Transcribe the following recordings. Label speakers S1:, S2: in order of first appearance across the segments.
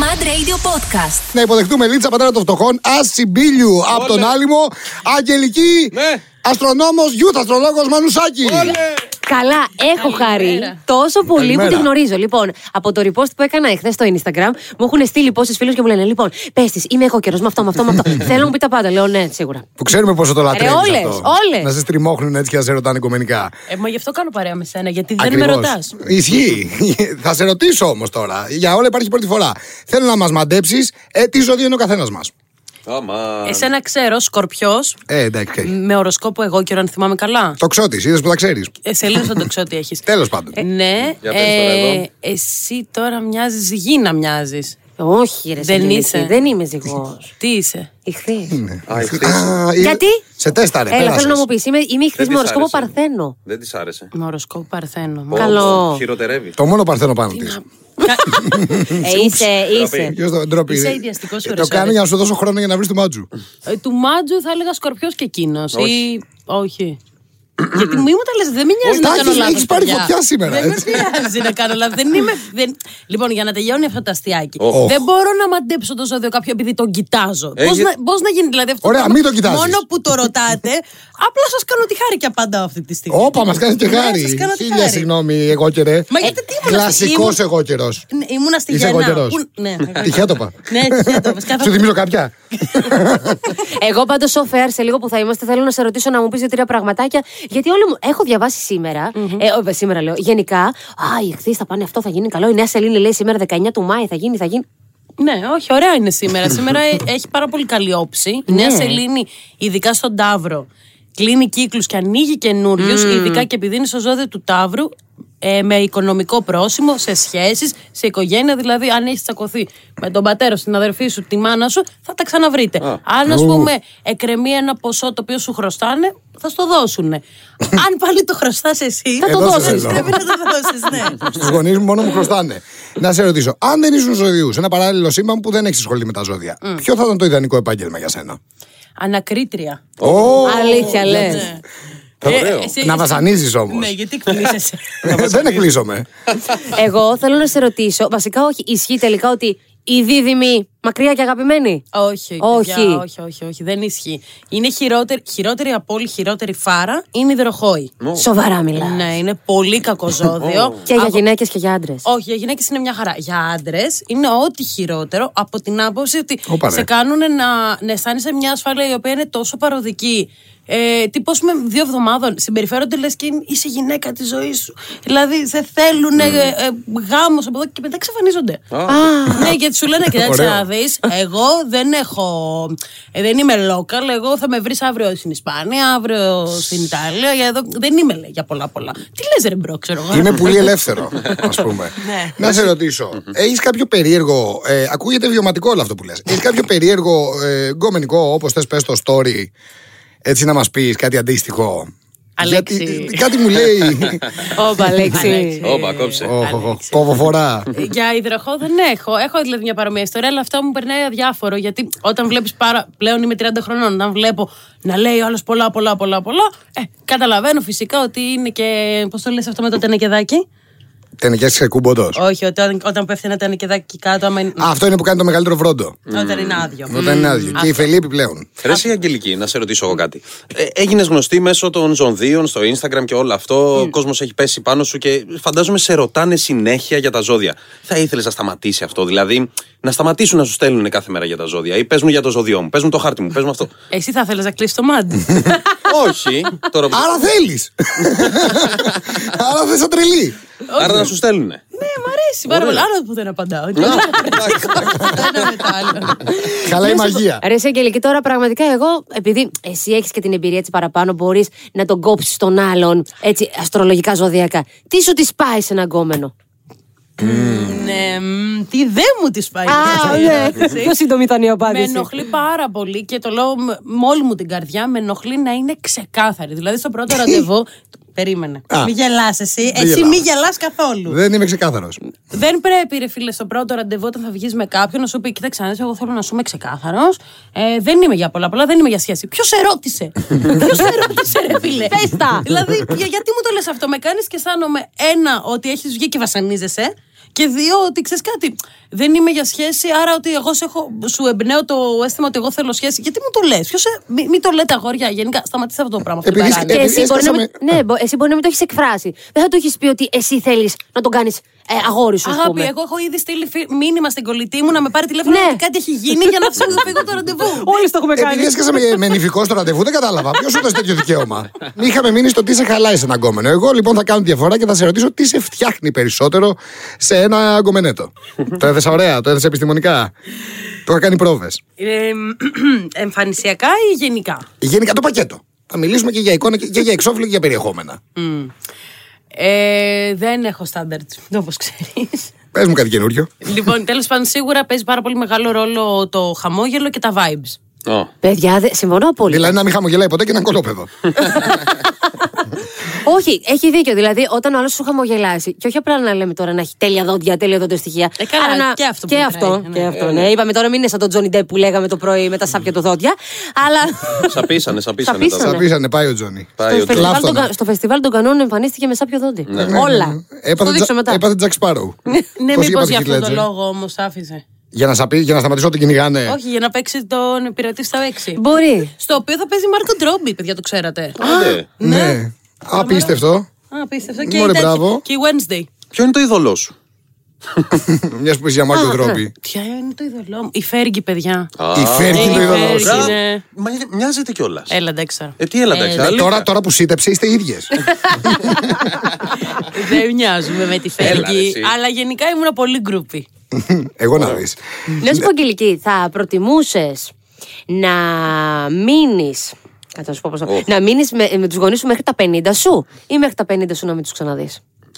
S1: Mad Radio Podcast.
S2: Να υποδεχτούμε Λίτσα Πατέρα των Φτωχών, Ασιμπίλιου από τον Άλυμο, Αγγελική,
S3: Ναι.
S2: αστρονόμος, youth αστρολόγος Μανουσάκη.
S4: Καλά, έχω χάρη. Τόσο πολύ που τη
S2: Καλημέρα.
S4: γνωρίζω. Λοιπόν, από το repost που έκανα εχθές στο Instagram, μου έχουν στείλει πόσες φίλους και μου λένε: Λοιπόν, πες της, είμαι εγώ καιρός με αυτό, με αυτό, με αυτό. Θέλω να μου πει τα πάντα. Λέω: Ναι, σίγουρα.
S2: Που ξέρουμε πόσο το λατρεύεις
S4: όλες,
S2: αυτό.
S4: όλες.
S2: Να σε στριμώχνουν έτσι και να σε ρωτάνε οικομενικά.
S5: Ε, μα γι' αυτό κάνω παρέα με σένα, γιατί δεν με
S2: Ακριβώς.
S5: ρωτάς.
S2: Ισχύει. Θα σε ρωτήσω όμως τώρα. Για όλα υπάρχει πρώτη φορά. Θέλω να μας μαντέψεις ε, τι ζώδιο είναι ο καθένας μας.
S3: Αμά.
S5: Εσένα ξέρω, σκορπιός,
S2: Ε, εντάξει.
S5: με οροσκόπο εγώ καιρό, αν θυμάμαι καλά.
S2: Το ξώτης, είδες που τα ξέρεις.
S5: Ε, Σελίδα δεν το ξέρω τι έχεις.
S2: Τέλος πάντων.
S5: Ναι,
S3: Για πες τώρα
S5: ε,
S3: εδώ.
S5: εσύ τώρα μοιάζεις γήνα, μοιάζεις.
S4: Όχι, ρε,
S5: Δεν
S4: Σαγγελική,
S5: είσαι.
S4: Δεν είμαι ζυγός.
S5: Τι είσαι.
S4: Ηχθεί.
S3: Α, η χτύπη.
S2: Α, ε,
S4: Γιατί?
S2: Σε τέσταρε.
S4: Έλα,
S2: πέρασες.
S4: θέλω να μου πεις. Είμαι, είμαι ηχθής
S3: Δεν
S4: με
S3: της
S4: οροσκόπο
S3: άρεσε.
S4: παρθένο.
S3: Δεν της άρεσε.
S5: Με οροσκόπο παρθένο.
S3: Πω,
S4: Καλό.
S3: πω, Χειροτερεύει.
S2: Το μόνο παρθένο πάνω τη.
S4: Ε, είσαι, είσαι.
S2: Ποιος το ντροπή.
S5: Είσαι ιδιαστικός
S2: Ε, Το
S5: Ιεροσόλυμα.
S2: κάνει για να σου δώσω χρόνο για να βρεις του μάτζου.
S5: Ε, του Μάτζου θα έλεγα σκορπιός και εκείνος. Ή.
S3: Όχι.
S5: Όχι. Γιατί μου ήμουν τα λες, δεν με νοιάζει να
S2: Όχι,
S5: κάνω
S2: έχεις-
S5: λάθος.
S2: έχεις πάρει φωτιά σήμερα,
S5: Δεν με
S2: έτσι.
S5: νοιάζει να κάνω λάθος. Δεν είμαι. δεν- Λοιπόν, για να τελειώνει αυτό το αστείακι.
S3: Οχ.
S5: Δεν μπορώ να μαντέψω το ζώδιο κάποιο επειδή τον κοιτάζω.
S3: Ε,
S5: Πώς
S3: για-
S5: να, πώς να γίνει δηλαδή αυτό.
S2: Ωραία,
S5: πράγμα.
S2: μην το κοιτάζεις.
S5: Μόνο που το ρωτάτε, απλά σας κάνω τη χάρη και απαντάω αυτή τη στιγμή.
S2: Όπα, μας κάνεις και
S5: Ναι,
S2: χάρη.
S5: σας κάνω τη
S2: Χίλια
S5: χάρη.
S2: συγγνώμη, εγώ και ρε.
S5: Μα γιατί τι ήμουν
S2: Κλασικό
S5: στη
S2: εγώ καιρός.
S5: Ναι, Ήμουνα στη
S2: Είσαι
S5: Γεννά.
S2: εγώ καιρός.
S5: Πού- Ναι,
S2: Τυχαία το είπα.
S5: Ναι, τυχαία το είπες. Κάθε-
S2: Σου θυμίζω κάποια.
S4: Εγώ πάντως, Σοφέρ, σε λίγο που θα είμαστε, θέλω να σε ρωτήσω να μου πεις δύο-τρία πραγματάκια. Γιατί όλοι μου. Έχω διαβάσει σήμερα, ε, ε, σήμερα λέω, γενικά. Α, οι εχθεί θα πάνε αυτό, θα γίνει καλό. Η Νέα Σελήνη λέει σήμερα 19 του Μάη θα γίνει, θα γίνει.
S5: Ναι, όχι, ωραία είναι σήμερα. σήμερα ε, έχει πάρα πολύ καλή όψη. Η
S2: Ναι.
S5: Νέα Σελήνη, ειδικά στον Ταύρο, κλείνει κύκλους και ανοίγει καινούριους, ειδικά και επειδή είναι στο ζώδιο του Ταύρου, ε, με οικονομικό πρόσημο, σε σχέσεις, σε οικογένεια. Δηλαδή, αν έχεις τσακωθεί με τον πατέρα σου, την αδερφή σου, τη μάνα σου, θα τα ξαναβρείτε. Αν, ας πούμε, εκκρεμεί ένα ποσό το οποίο σου χρωστάνε, θα στο δώσουν. αν πάλι το χρωστάς εσύ,
S4: Θα το
S2: Εδώ σε
S4: δώσεις,
S2: θέλω.
S5: πρέπει να το δώσεις, ναι.
S2: Στους γονείς μου μόνο μου χρωστάνε. Να σε ρωτήσω, αν δεν ήσουν ζωδιού, ένα παράλληλο σύμπαν που δεν έχεις ασχοληθεί με τα ζώδια, ποιο θα ήταν το ιδανικό επάγγελμα για σένα.
S5: Ανακρίτρια.
S2: Ω,
S4: Αλήθεια λε.
S3: Ωραίο.
S5: Ναι, Ε, εσύ-
S2: Να βασανίζεις όμως.
S5: Ναι, γιατί εκπλήσεσαι.
S2: Ε, Δεν εκπλήσωμαι.
S4: Εγώ θέλω να σε ρωτήσω, βασικά όχι, ισχύει τελικά ότι η δίδυμη μακριά και αγαπημένη.
S5: Όχι,
S4: Όχι.
S5: όχι. όχι, όχι, όχι, δεν ισχύει. Είναι χειρότερη, χειρότερη από όλη χειρότερη φάρα είναι η υδροχόη.
S4: Σοβαρά μιλάς.
S5: Ναι, είναι πολύ κακό ζώδιο.
S4: Και για γυναίκες και για άντρες.
S5: Όχι, για γυναίκες είναι μια χαρά. Για άντρες είναι ό,τι χειρότερο από την άποψη ότι
S2: Όπα, ρε.
S5: σε κάνουν να, να αισθάνεσαι μια ασφάλεια η οποία είναι τόσο παροδική. Ε, τύπο με δύο εβδομάδων συμπεριφέρονται λες και είναι- είσαι γυναίκα της ζωής σου. Δηλαδή σε θέλουν
S2: Ναι,
S5: ε, ε, γάμος από εδώ και μετά εξαφανίζονται. ναι, γιατί σου λένε, κοιτάξτε
S2: Ωραίο.
S5: να δεις, εγώ δεν έχω. ε, δεν είμαι local. Εγώ θα με βρεις αύριο στην Ισπανία, αύριο στην Ιταλία. Για εδώ, δεν είμαι, λέει, για πολλά πολλά. Τι λες, ρε μπρο, ξέρω εγώ.
S2: Είμαι πολύ ελεύθερο, ας πούμε.
S5: Ναι.
S2: Να σε ρωτήσω, έχεις κάποιο περίεργο. ε, ακούγεται βιωματικό όλο αυτό που λες. Έχεις κάποιο περίεργο ε, γκομενικό, όπως θες, πες το story, έτσι να μας πεις κάτι αντίστοιχο.
S5: Αλέξη.
S2: Γιατί, κάτι μου λέει.
S4: Όπα, λέξη.
S5: Ε,
S3: Όπα, κόψε.
S2: Οχ, οχ, οχ, Κόβοφορά.
S5: Για υδροχό δεν έχω. Έχω δηλαδή μια παρόμοια ιστορία, αλλά αυτό μου περνάει αδιάφορο. Γιατί όταν βλέπεις πάρα. Πλέον είμαι 30 χρονών. Όταν βλέπω να λέει ο άλλος πολλά, πολλά, πολλά, πολλά. Ε, καταλαβαίνω φυσικά ότι είναι και. Πώς το λες αυτό με το τενεκεδάκι.
S2: Τενικέ ξεκούμποντο.
S5: Όχι, όταν, όταν πέφτει ένα τενεκεδάκι κάτω, άμα είναι,
S2: Αυτό είναι που κάνει το μεγαλύτερο βρόντο.
S5: όταν είναι άδειο.
S2: Όταν είναι άδειο. Και η Φελή επιπλέον.
S3: Ρε εσύ, Αγγελική, να σε ρωτήσω εγώ κάτι. Ε, Έγινες γνωστή μέσω των ζωνδίων στο Instagram και όλο αυτό. Ο κόσμος έχει πέσει πάνω σου και φαντάζομαι σε ρωτάνε συνέχεια για τα ζώδια. Θα ήθελες να σταματήσει αυτό, δηλαδή να σταματήσουν να σου στέλνουν κάθε μέρα για τα ζώδια. Ή πες μου για το ζώδιό μου, πες μου το χάρτη μου, πες μου αυτό.
S5: Εσύ θα θέλεις να κλείσει το μάντι. Ε, ναι,
S3: Όχι, τώρα που.
S2: Άρα θέλεις. Άρα θες σαν τρελή.
S3: Άρα να σου στέλνουν.
S5: ναι, μ' αρέσει πάρα πολύ. Άλλο που δεν απαντάω. Τι ωραία, ένα με το άλλο.
S2: Καλά η μαγεία.
S4: Ρε σε Αγγελική, τώρα πραγματικά εγώ, επειδή εσύ έχεις και την εμπειρία τη παραπάνω, μπορείς να τον κόψεις τον άλλον έτσι αστρολογικά ζωδιακά. Τι σου τη πάει σε ένα γκόμενο.
S5: Ναι, μ, τι δεν μου τη πάει.
S4: Α, ναι. Πιο σύντομη ήταν η
S5: Με
S4: απάντηση.
S5: ενοχλεί πάρα πολύ και το λέω με με όλη μου την καρδιά. Με ενοχλεί να είναι ξεκάθαρη. Δηλαδή στο πρώτο ραντεβού. Περίμενε.
S2: Α.
S5: Μην γελάς εσύ. Εσύ
S2: γελάω.
S5: μην γελάς καθόλου.
S2: Δεν είμαι ξεκάθαρος.
S5: Δεν πρέπει, ρε φίλε, στο πρώτο ραντεβού όταν θα βγεις με κάποιον να σου πει: Κοίταξε, να δεις, εγώ θέλω να σου είμαι ξεκάθαρος. Ε, δεν είμαι για πολλά πολλά, δεν είμαι για σχέση. Ποιος σε ρώτησε. Ποιο σε ρώτησε, ρε φίλε.
S4: Πες τα.
S5: δηλαδή, για- γιατί μου το λες αυτό, με κάνεις και αισθάνομαι ένα ότι έχεις βγει και βασανίζεσαι. Και δύο, ότι ξέρεις κάτι, δεν είμαι για σχέση, άρα ότι εγώ σε έχω, σου εμπνέω το αίσθημα ότι εγώ θέλω σχέση. Γιατί μου το λες, Ποιος. Μην μη το λέτε αγόρια, γενικά. Σταματήστε αυτό το πράγμα. αυτή την
S2: Επειδή-
S5: ταράνια.
S4: Και
S2: επειδή
S4: εσύ μπορεί, να, μην-
S2: αισθάνομαι-
S4: ναι, μπο- εσύ μπορεί να μην το έχεις εκφράσει. Δεν θα το έχεις πει ότι εσύ θέλεις να τον κάνεις ε, αγόρι σου, ας
S5: Αγάπη,
S4: πούμε.
S5: εγώ έχω ήδη στείλει φι- μήνυμα στην κολλητή μου να με πάρει τηλέφωνο
S4: Ναι.
S5: ότι κάτι έχει γίνει για να φύγω φύγω από το ραντεβού.
S4: Όλοι το έχουμε
S2: Επειδή έσκασαμε με νηφικό στο ραντεβού, δεν κατάλαβα. Ποιος σου έδωσε τέτοιο δικαίωμα. Είχαμε μείνει στο τι σε χαλάει σε ένα γκόμενο. Εγώ λοιπόν θα κάνω τη διαφορά και θα σε ρωτήσω τι σε φτιάχνει περισσότερο σε ένα γκομενέτο. το έθεσα ωραία, το έθεσα επιστημονικά. Το είχα κάνει πρόβες.
S5: Ε, εμφανισιακά ή γενικά.
S2: Γενικά το πακέτο. Θα μιλήσουμε και για εικόνα και και για εξώφυλλο και για περιεχόμενα.
S5: Ε, δεν έχω στάνταρτ, όπως ξέρεις.
S2: Πες μου κάτι καινούριο.
S5: λοιπόν, τέλος πάντων, σίγουρα παίζει πάρα πολύ μεγάλο ρόλο το χαμόγελο και τα vibes.
S3: Ω.
S4: Παιδιά, δε- συμφωνώ πολύ.
S2: Δηλαδή να μην χαμογελάει ποτέ και ένα κολόπεδο.
S4: Όχι, έχει δίκιο. Δηλαδή, όταν ο άλλος σου χαμογελάσει, και όχι απλά να λέμε τώρα να έχει τέλεια δόντια, τέλεια δόντια στοιχεία.
S5: Ε, καλά,
S4: αλλά να-
S5: και αυτό
S4: και
S5: που μετράει,
S4: αυτό,
S5: ναι.
S4: και αυτό, ναι. Είπαμε τώρα μην είναι σαν τον Τζόνι Ντέπ που λέγαμε το πρωί με τα σάπια του δόντια. Αλλά.
S3: Σαπίσανε, σαπίσανε. τα-
S4: Σαπίσανε.
S2: Θα πείσανε, πάει ο Τζόνι.
S3: Πάει ο
S4: στο, φεστιβάλ των,
S2: Λάφτωνα.
S4: κα- στο φεστιβάλ των κανόνων εμφανίστηκε με σάπιο δόντι. Όλα. Θα το
S2: Έπαθε,
S4: δείξω
S2: τζα...
S4: μετά.
S2: έπαθε Jack Sparrow.
S5: Ναι,
S2: Πώς
S5: μήπως
S2: είπατε,
S5: για
S2: Heath
S5: αυτόν τον
S2: Ledger? Ναι.
S5: λόγο όμως άφησε.
S2: Για να, σαπί... για να σταματήσω ότι κυνηγάνε.
S5: Όχι, για να παίξει τον πειρατή στα 6.
S4: Μπορεί.
S5: Στο οποίο θα παίζει Μάρκο Ντρόμπι, παιδιά, το ξέρατε.
S3: Άντε.
S2: Ναι. Απίστευτο.
S5: Α, πίστευα. Και,
S2: Μωρέ,
S5: η τέτοια-
S2: μπράβο.
S5: και η Wednesday.
S3: Ποιο είναι το είδωλό σου.
S2: Μιας που είσαι για Μάρκο Ντρόμπι.
S5: Ποια είναι το είδωλό μου. Η Φέργη, παιδιά.
S2: Η Φέργη είναι το
S5: η
S2: είδωλό
S5: Φέργη,
S2: σου.
S5: ναι.
S3: Μα μοιάζεται κιόλας.
S5: Έλα, εντάξει. τώρα.
S3: Ε, τι έλα, εντάξει.
S2: Ε,
S3: άλλη.
S2: Τώρα, τώρα που σύντεψε είστε ίδιες.
S5: Δεν μοιάζουμε με τη
S3: Έλα, ρε,
S5: Φέργη.
S3: εσύ.
S5: Αλλά γενικά ήμουν πολύ γκρουπι.
S2: Εγώ να δεις.
S4: Να σου πω, Αγγελική, θα προτιμούσες να μείνεις. Κάτσε να σου πω πώς...
S3: Ω.
S4: Να μείνεις με, με τους γονείς σου μέχρι τα 50 σου ή μέχρι τα 50 σου να μην τους ξαναδείς.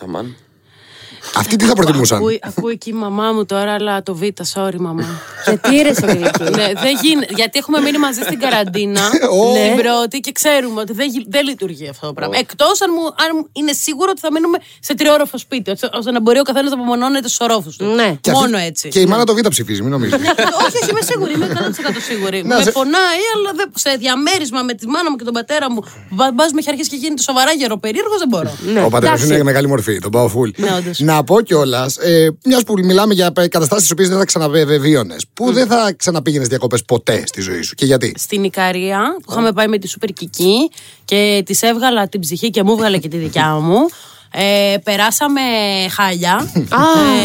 S3: Αμάν.
S2: Αυτοί τι θα προτιμούσαν.
S5: Ακούει, ακούει και η μαμά μου τώρα, αλλά το β, sorry μαμά.
S4: Γιατί ρε, Αγγελική.
S5: ναι, δεν γίνεται. Γιατί έχουμε μείνει μαζί στην καραντίνα
S2: Ω.
S5: την πρώτη και ξέρουμε ότι δεν, γι- δεν λειτουργεί αυτό το πράγμα. Εκτός αν, μου- αν μου είναι σίγουρο ότι θα μείνουμε σε τριώροφο σπίτι, ώστε- ώστε να μπορεί ο καθένας να απομονώνεται στους ορόφους του.
S4: Ναι.
S2: Και αυτή-
S5: Μόνο έτσι.
S2: Και η μάνα το β' ψηφίζει, μην νομίζεις.
S5: όχι, όχι, είμαι σίγουρη. Είμαι 100% σίγουρη. με
S2: σε-
S5: πονάει, αλλά δεν- σε διαμέρισμα με τη μάνα μου και τον πατέρα μου. Μπαμπά μου έχει αρχίσει και γίνεται σοβαρά γεροπερίεργο, δεν μπορώ.
S4: Ναι,
S2: Ο πατέρας
S4: εντάξει.
S2: είναι μεγάλη μορφή, τον πάω φουλ.
S5: Ναι, όντως.
S2: Να πω κιόλας, ε, μιας που μιλάμε για καταστάσεις τις οποίες δεν θα ξαναβίωνε, που δεν θα ξαναπήγαινες διακοπές ποτέ στη ζωή σου. Και γιατί.
S5: στην Ικαρία που είχαμε πάει με τη Σούπερ Κική και της έβγαλα την ψυχή και μου έβγαλε και τη δικιά μου. Ε, περάσαμε χάλια.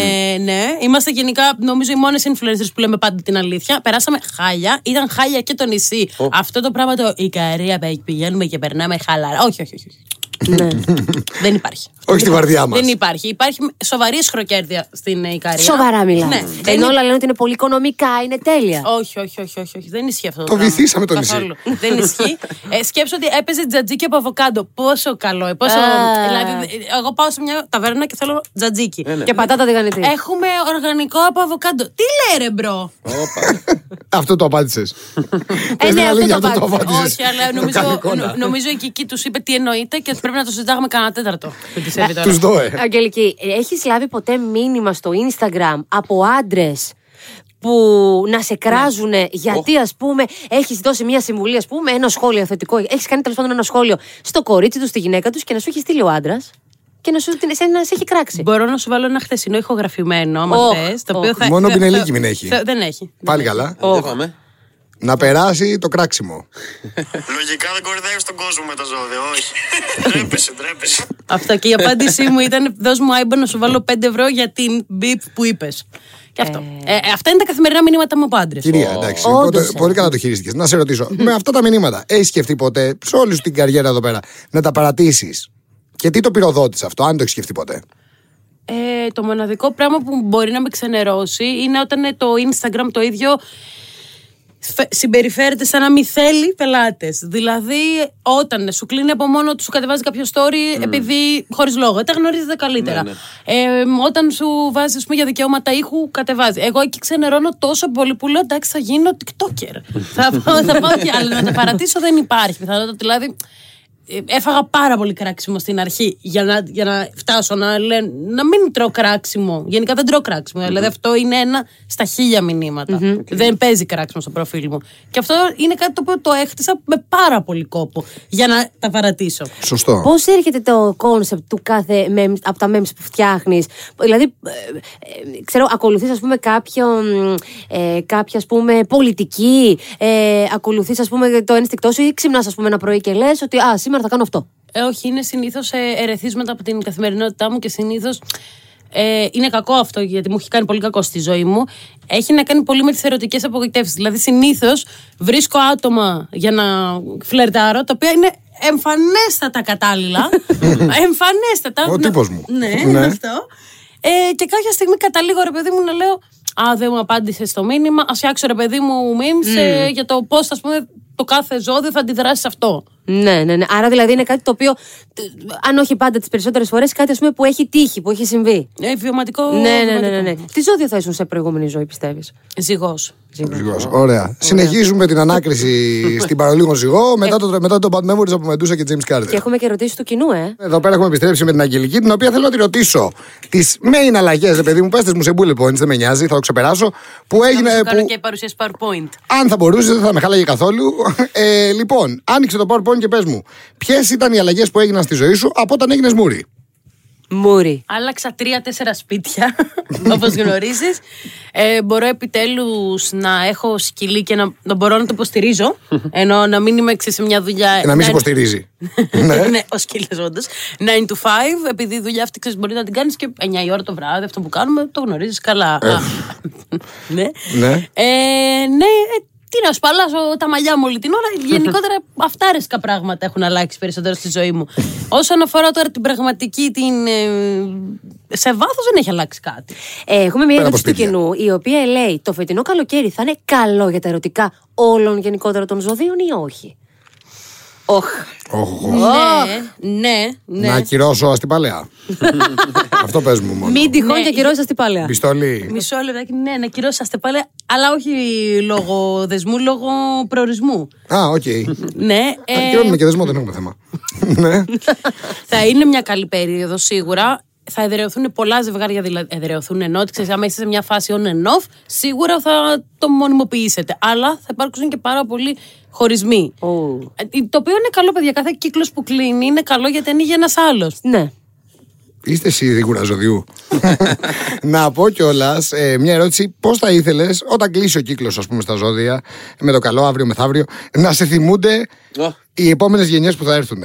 S5: ε, ναι, είμαστε γενικά νομίζω οι μόνες influencers που λέμε πάντα την αλήθεια. Περάσαμε χάλια, ήταν χάλια και το νησί. Αυτό το πράγμα το Ικαρία παι- πηγαίνουμε και περνάμε χαλαρά. Όχι, όχι, όχι. όχι. Δεν υπάρχει.
S2: Όχι στη βαρδιά μας.
S5: Δεν υπάρχει. Υπάρχει σοβαρή χροκέρδια στην Ικαρία.
S4: Σοβαρά μιλάμε.
S5: Ναι. Δεν
S4: Ενώ όλα λένε ότι είναι πολύ οικονομικά, είναι τέλεια.
S5: όχι, όχι, όχι, όχι, όχι. Δεν ισχύει αυτό. Το,
S2: Το
S5: πράγμα.
S2: βυθίσαμε το νησί.
S5: Καθόλου. Δεν ισχύει. Ε, σκέψω ότι έπαιζε τζατζίκι από αβοκάντο. Πόσο καλό. ε, Πόσο...
S4: Α.
S5: δηλαδή, ε, εγώ πάω σε μια ταβέρνα και θέλω τζατζίκι.
S2: Ναι,
S4: Και πατάτα διγανητή.
S5: Έχουμε οργανικό από αβοκάντο. Τι λέει ρε μπρο.
S2: Αυτό το απάντησες.
S4: Ε, ναι, αυτό το
S2: αυτό το
S4: απάντησε.
S2: απάντησες.
S5: Όχι, αλλά νομίζω, νο- νομίζω η Κική τους είπε τι εννοείται και πρέπει να το συζητάγαμε κανένα
S4: Ε,
S5: τέταρτο. με τη Σέβη τώρα.
S2: Τους δώε.
S4: Αγγελική, έχεις λάβει ποτέ μήνυμα στο Instagram από άντρες που να σε κράζουν γιατί, ας πούμε, έχεις δώσει μια συμβουλή, ας πούμε, ένα σχόλιο θετικό. Έχεις κάνει τέλος πάντων ένα σχόλιο στο κορίτσι τους, στη γυναίκα τους και να σου έχει στείλει ο άντρας και να σου την εσένα να σε έχει κράξει.
S5: Μπορώ να σου βάλω ένα χθεσινό ηχογραφημένο, άμα
S4: Οχ,
S5: θες, το
S4: οχ.
S5: οποίο θα-
S2: Μόνο
S5: θα-
S2: πινελίκι
S5: θα-
S2: μην έχει.
S5: θα- Δεν έχει.
S2: Πάλι καλά.
S3: Δεν πάμε.
S2: Να περάσει το κράξιμο.
S1: Λογικά δεν κορυδεύεις τον κόσμο με τα ζώδια, όχι. τρέπεσαι, τρέπεσαι.
S5: Αυτό και η απάντησή μου ήταν: Δώσ' μου άιμπα να σου βάλω 5 ευρώ για την μπιπ που είπες. Και αυτό. Ε, αυτά είναι τα καθημερινά μηνύματα μου από άντρε.
S2: Κυρία, εντάξει.
S4: Όντως,
S2: οπότε
S4: ε.
S2: πολύ καλά το χειρίστηκες. Να σε ρωτήσω, με αυτά τα μηνύματα, έχεις σκεφτεί ποτέ σε όλη σου την καριέρα εδώ πέρα να τα παρατήσεις. Και τι το πυροδότησε αυτό, αν το έχεις σκεφτεί ποτέ.
S5: Ε, το μοναδικό πράγμα που μπορεί να με ξενερώσει είναι όταν ε, το Instagram το ίδιο φε- συμπεριφέρεται σαν να μην θέλει πελάτες. Δηλαδή, όταν σου κλείνει από μόνο του, σου κατεβάζει κάποιο story επειδή χωρίς λόγο. Ε, Τα γνωρίζετε καλύτερα. Ε, όταν σου βάζει ας πούμε, για δικαιώματα ήχου, κατεβάζει. Εγώ εκεί ξενερώνω τόσο πολύ που λέω εντάξει, θα γίνω TikToker. θα, πάω, θα πάω και αλλά να τα παρατήσω δεν υπάρχει πιθανότητα. Δηλαδή, ε, Έφαγα πάρα πολύ κράξιμο στην αρχή για να, για να φτάσω να, λέ, να μην τρώω κράξιμο. Γενικά δεν τρώω κράξιμο. Δηλαδή αυτό είναι ένα στα χίλια μηνύματα. Δεν παίζει κράξιμο στο προφίλ μου. Και αυτό είναι κάτι το οποίο το έχτισα με πάρα πολύ κόπο για να τα παρατήσω.
S2: Σωστό.
S4: Πώς έρχεται το κόνσεπτ του κάθε memes, από τα memes που φτιάχνεις. Δηλαδή, ε, ε, ξέρω, ακολουθείς, ας πούμε, κάποιον, ε, κάποια ας πούμε, πολιτική. Ε, ακολουθείς, ας πούμε, το ένστικτό σου ή ξυπνάς, ας πούμε, ένα πρωί και λες ότι Α, σήμερα θα κάνω αυτό.
S5: Ε, όχι, είναι συνήθως ε, ερεθίσματα από την καθημερινότητά μου και συνήθως. Ε, είναι κακό αυτό γιατί μου έχει κάνει πολύ κακό στη ζωή μου. Έχει να κάνει πολύ με τις ερωτικές απογοητεύσεις. Δηλαδή, συνήθως βρίσκω άτομα για να φλερτάρω, τα οποία είναι εμφανέστατα κατάλληλα. εμφανέστατα.
S2: Ο
S5: Να-
S2: τύπος μου.
S5: Ναι,
S2: Ναι.
S5: αυτό. Ε, και κάποια στιγμή καταλήγω ρε παιδί μου να λέω Α, δεν μου απάντησες στο μήνυμα. Ας φτιάξω ρε παιδί μου memes ε, για το πώς, ας πούμε, το κάθε ζώδιο θα αντιδράσει σε αυτό.
S4: Ναι, ναι, ναι. Άρα δηλαδή είναι κάτι το οποίο, τ- αν όχι πάντα τις περισσότερες φορές, κάτι ας πούμε, που έχει τύχει, που έχει συμβεί.
S5: Ε, βιωματικό.
S4: Ναι, ναι, ναι, ναι,
S5: βιωματικό.
S4: ναι. Τι ζώδιο θα ήσουν σε προηγούμενη ζωή, πιστεύεις.
S5: Ζυγός.
S2: Ζυγός. Ωραία. Συνεχίζουμε την ανάκριση στην παραλίγο ζυγό μετά το, μετά το Bad Memories από Μεντούσα και James Carter.
S4: Και έχουμε και ερωτήσεις του κοινού, ε.
S2: Εδώ πέρα έχουμε επιστρέψει με την Αγγελική, την οποία θέλω να τη ρωτήσω τις main αλλαγές, ρε παιδί μου, πέστε μου σε bullet points, δεν με νοιάζει, θα το ξεπεράσω. Που έγινε.
S5: Θα σου
S2: Που,
S5: κάνω και παρουσίαση PowerPoint.
S2: Αν θα μπορούσε, δεν θα με χάλαγε καθόλου. Ε, λοιπόν, άνοιξε το PowerPoint και πες μου, ποιες ήταν οι αλλαγές που έγιναν στη ζωή σου από όταν έγινες μουρή.
S4: Μούρι.
S5: Άλλαξα τρία-τέσσερα σπίτια, όπως γνωρίζεις. Ε, μπορώ επιτέλους να έχω σκυλί και να, να μπορώ να το υποστηρίζω. Ενώ να μην είμαι ξέρεις, σε μια δουλειά.
S2: Και να μην σε υποστηρίζει. ναι.
S5: Ε, ναι, ο σκύλος όντως. 9 to 5, επειδή η δουλειά αυτή ξέρεις, μπορεί να την κάνεις και 9 η ώρα το βράδυ, αυτό που κάνουμε, το γνωρίζεις καλά. Α, ναι.
S2: Ε. Ναι.
S5: Ε, ναι, ε, τι να σου πω, αλλάζω τα μαλλιά μου όλη την ώρα. Γενικότερα αυτάρεσκα πράγματα έχουν αλλάξει περισσότερο στη ζωή μου. Όσον αφορά τώρα την πραγματική, την. ε, σε βάθος δεν έχει αλλάξει κάτι.
S4: Ε, έχουμε μια
S2: Πέρα από
S4: ερώτηση του
S2: σπίτια.
S4: κοινού, η οποία λέει: Το φετινό καλοκαίρι θα είναι καλό για τα ερωτικά όλων γενικότερα των ζωδίων ή όχι. Οχ.
S2: Οχ,
S5: Ναι, ναι, ναι.
S2: Να ακυρώσω αστυπαλέα. Αυτό πες μου μόνο.
S4: Μην τυχόν
S5: Ναι,
S4: και ακυρώσεις την παλαιά.
S2: Πιστολή.
S5: Μισό λεπτάκι, ναι, να κυρώσαστε πάλι, αλλά όχι λόγω δεσμού, λόγω προορισμού.
S2: Α, οκ.
S5: Ναι, ε,
S2: Ακυρώνουμε και δεσμό, δεν έχουμε θέμα. Ναι.
S5: θα είναι μια καλή περίοδο σίγουρα. Θα εδρεωθούν πολλά ζευγάρια, δηλαδή εδρεωθούν ενώ ότι ξέρεις, άμα είστε σε μια φάση on and off, σίγουρα θα το μονιμοποιήσετε. Αλλά θα υπάρξουν και πάρα πολλοί χωρισμοί.
S4: Ου.
S5: Ε, Το οποίο είναι καλό, παιδιά. Κάθε κύκλος που κλείνει είναι καλό γιατί ανοίγει ένας άλλος.
S4: Ναι.
S2: Είστε σίγουρα ζωδιού. να πω κιόλας ε, μια ερώτηση. Πώς θα ήθελες όταν κλείσει ο κύκλος, ας πούμε, στα ζώδια, με το καλό αύριο μεθαύριο, να σε θυμούνται
S3: Ω.
S2: οι επόμενες γενιές που θα έρθουν.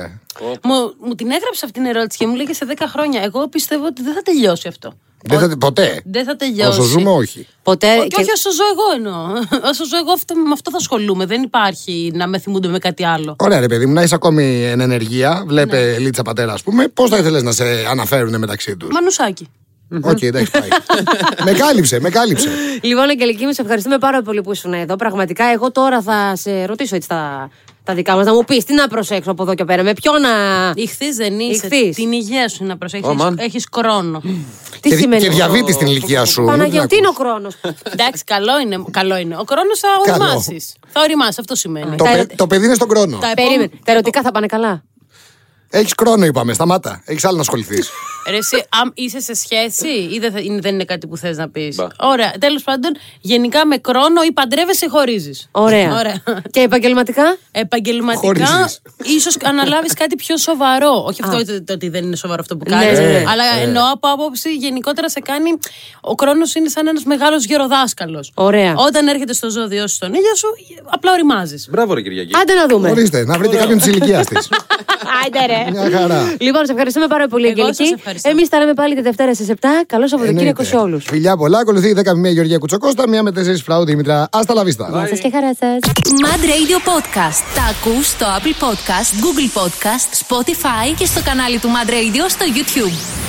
S5: Μου, μου την έγραψε αυτή την ερώτηση και μου λέγε σε 10 χρόνια. Εγώ πιστεύω ότι δεν θα τελειώσει αυτό.
S2: Δεν θα, ποτέ.
S5: Δεν θα τελειώσει.
S2: Όσο
S5: Ε,
S2: ζούμε, όχι.
S4: Ποτέ.
S5: και... όχι όσο ζω εγώ εννοώ. όσο ζω εγώ αυτό, με αυτό θα ασχολούμαι. Δεν υπάρχει να με θυμούνται με κάτι άλλο.
S2: Ωραία, ρε παιδί μου, να είσαι ακόμη εν ενεργεία. Βλέπε
S5: Ναι.
S2: Λίτσα πατέρα, ας πούμε. Πώς θα ήθελες να σε αναφέρουν μεταξύ τους.
S5: Μανουσάκι.
S2: Οκ, εντάξει, πάει. με κάλυψε, με κάλυψε.
S4: Λοιπόν, Αγγελική, με σε ευχαριστούμε πάρα πολύ που ήσουν εδώ. Πραγματικά, εγώ τώρα θα σε ρωτήσω έτσι τα, τα δικά μας. Να μου πεις τι να προσέξω από εδώ και πέρα. Με ποιο να.
S5: Ηχθείς δεν είσαι.
S4: Ηχθείς.
S5: Την υγεία σου να προσέχεις.
S3: Αμάν.
S5: Έχει χρόνο.
S4: Τι
S2: και, δι-
S4: σημαίνει.
S2: και διαβήτη στην ηλικία σου. μην την
S4: Παναγιώτη,
S2: ακούς.
S4: είναι ο χρόνο.
S5: Ε, Εντάξει, καλό είναι. Καλό είναι. Ο χρόνος θα
S2: Καλό.
S5: οριμάσεις. Θα οριμάσεις, αυτό σημαίνει.
S2: το, παι- το παιδί είναι στον χρόνο.
S5: Τα
S4: Ε,
S5: επόμενα-
S4: Περίμενε. Τα ερωτικά θα πάνε καλά.
S2: Έχεις χρόνο, είπαμε. Σταμάτα. Έχεις άλλο να ασχοληθείς.
S5: Ρε, εσύ, αν είσαι σε σχέση ή δεν, θα- είναι- δεν είναι κάτι που θες να πεις.
S3: Μπα.
S5: Ωραία. Τέλος πάντων, γενικά με χρόνο ή παντρεύεσαι ή χωρίζεις.
S4: Ωραία.
S5: Ωραία.
S4: Και επαγγελματικά.
S5: Επαγγελματικά,
S2: Χωρίζεις.
S5: ίσως αναλάβεις κάτι πιο σοβαρό. Όχι αυτό το- το ότι δεν είναι σοβαρό αυτό που
S4: Ναι,
S5: κάνεις.
S4: ναι, ναι.
S5: Αλλά εννοώ από άποψη γενικότερα σε κάνει. Ο χρόνος είναι σαν ένας μεγάλος γεροδάσκαλος.
S4: Ωραία.
S5: Όταν έρχεται στο ζώδιο σου στον ήλιο σου, απλά οριμάζεις.
S3: Μπράβο, ρε Κυριακή.
S4: Άντε να
S5: Ναι.
S4: δούμε.
S2: Ορίστε, να βρείτε κάποιον της ηλικίας της.
S4: Άντε ρε.
S2: Μια χαρά.
S4: Λοιπόν, σε ευχαριστούμε πάρα πολύ,
S5: Εγώ σας
S4: Αγγελική.
S5: ευχαριστώ.
S4: Εμείς τα λέμε πάλι τη Δευτέρα στι 7. Καλό Σαββατοκύριακο σε όλους.
S2: Φιλιά πολλά. Ακολουθεί η 11 Γεωργία Κουτσοκώστα, μία με 4 Φραού Δημητρά. Άστα λαβίστα.
S4: Γεια σας και χαρά σας.
S6: Mad Radio Podcast. Τα ακούς στο Apple Podcast, Google Podcast, Spotify και στο κανάλι του Mad Radio στο YouTube.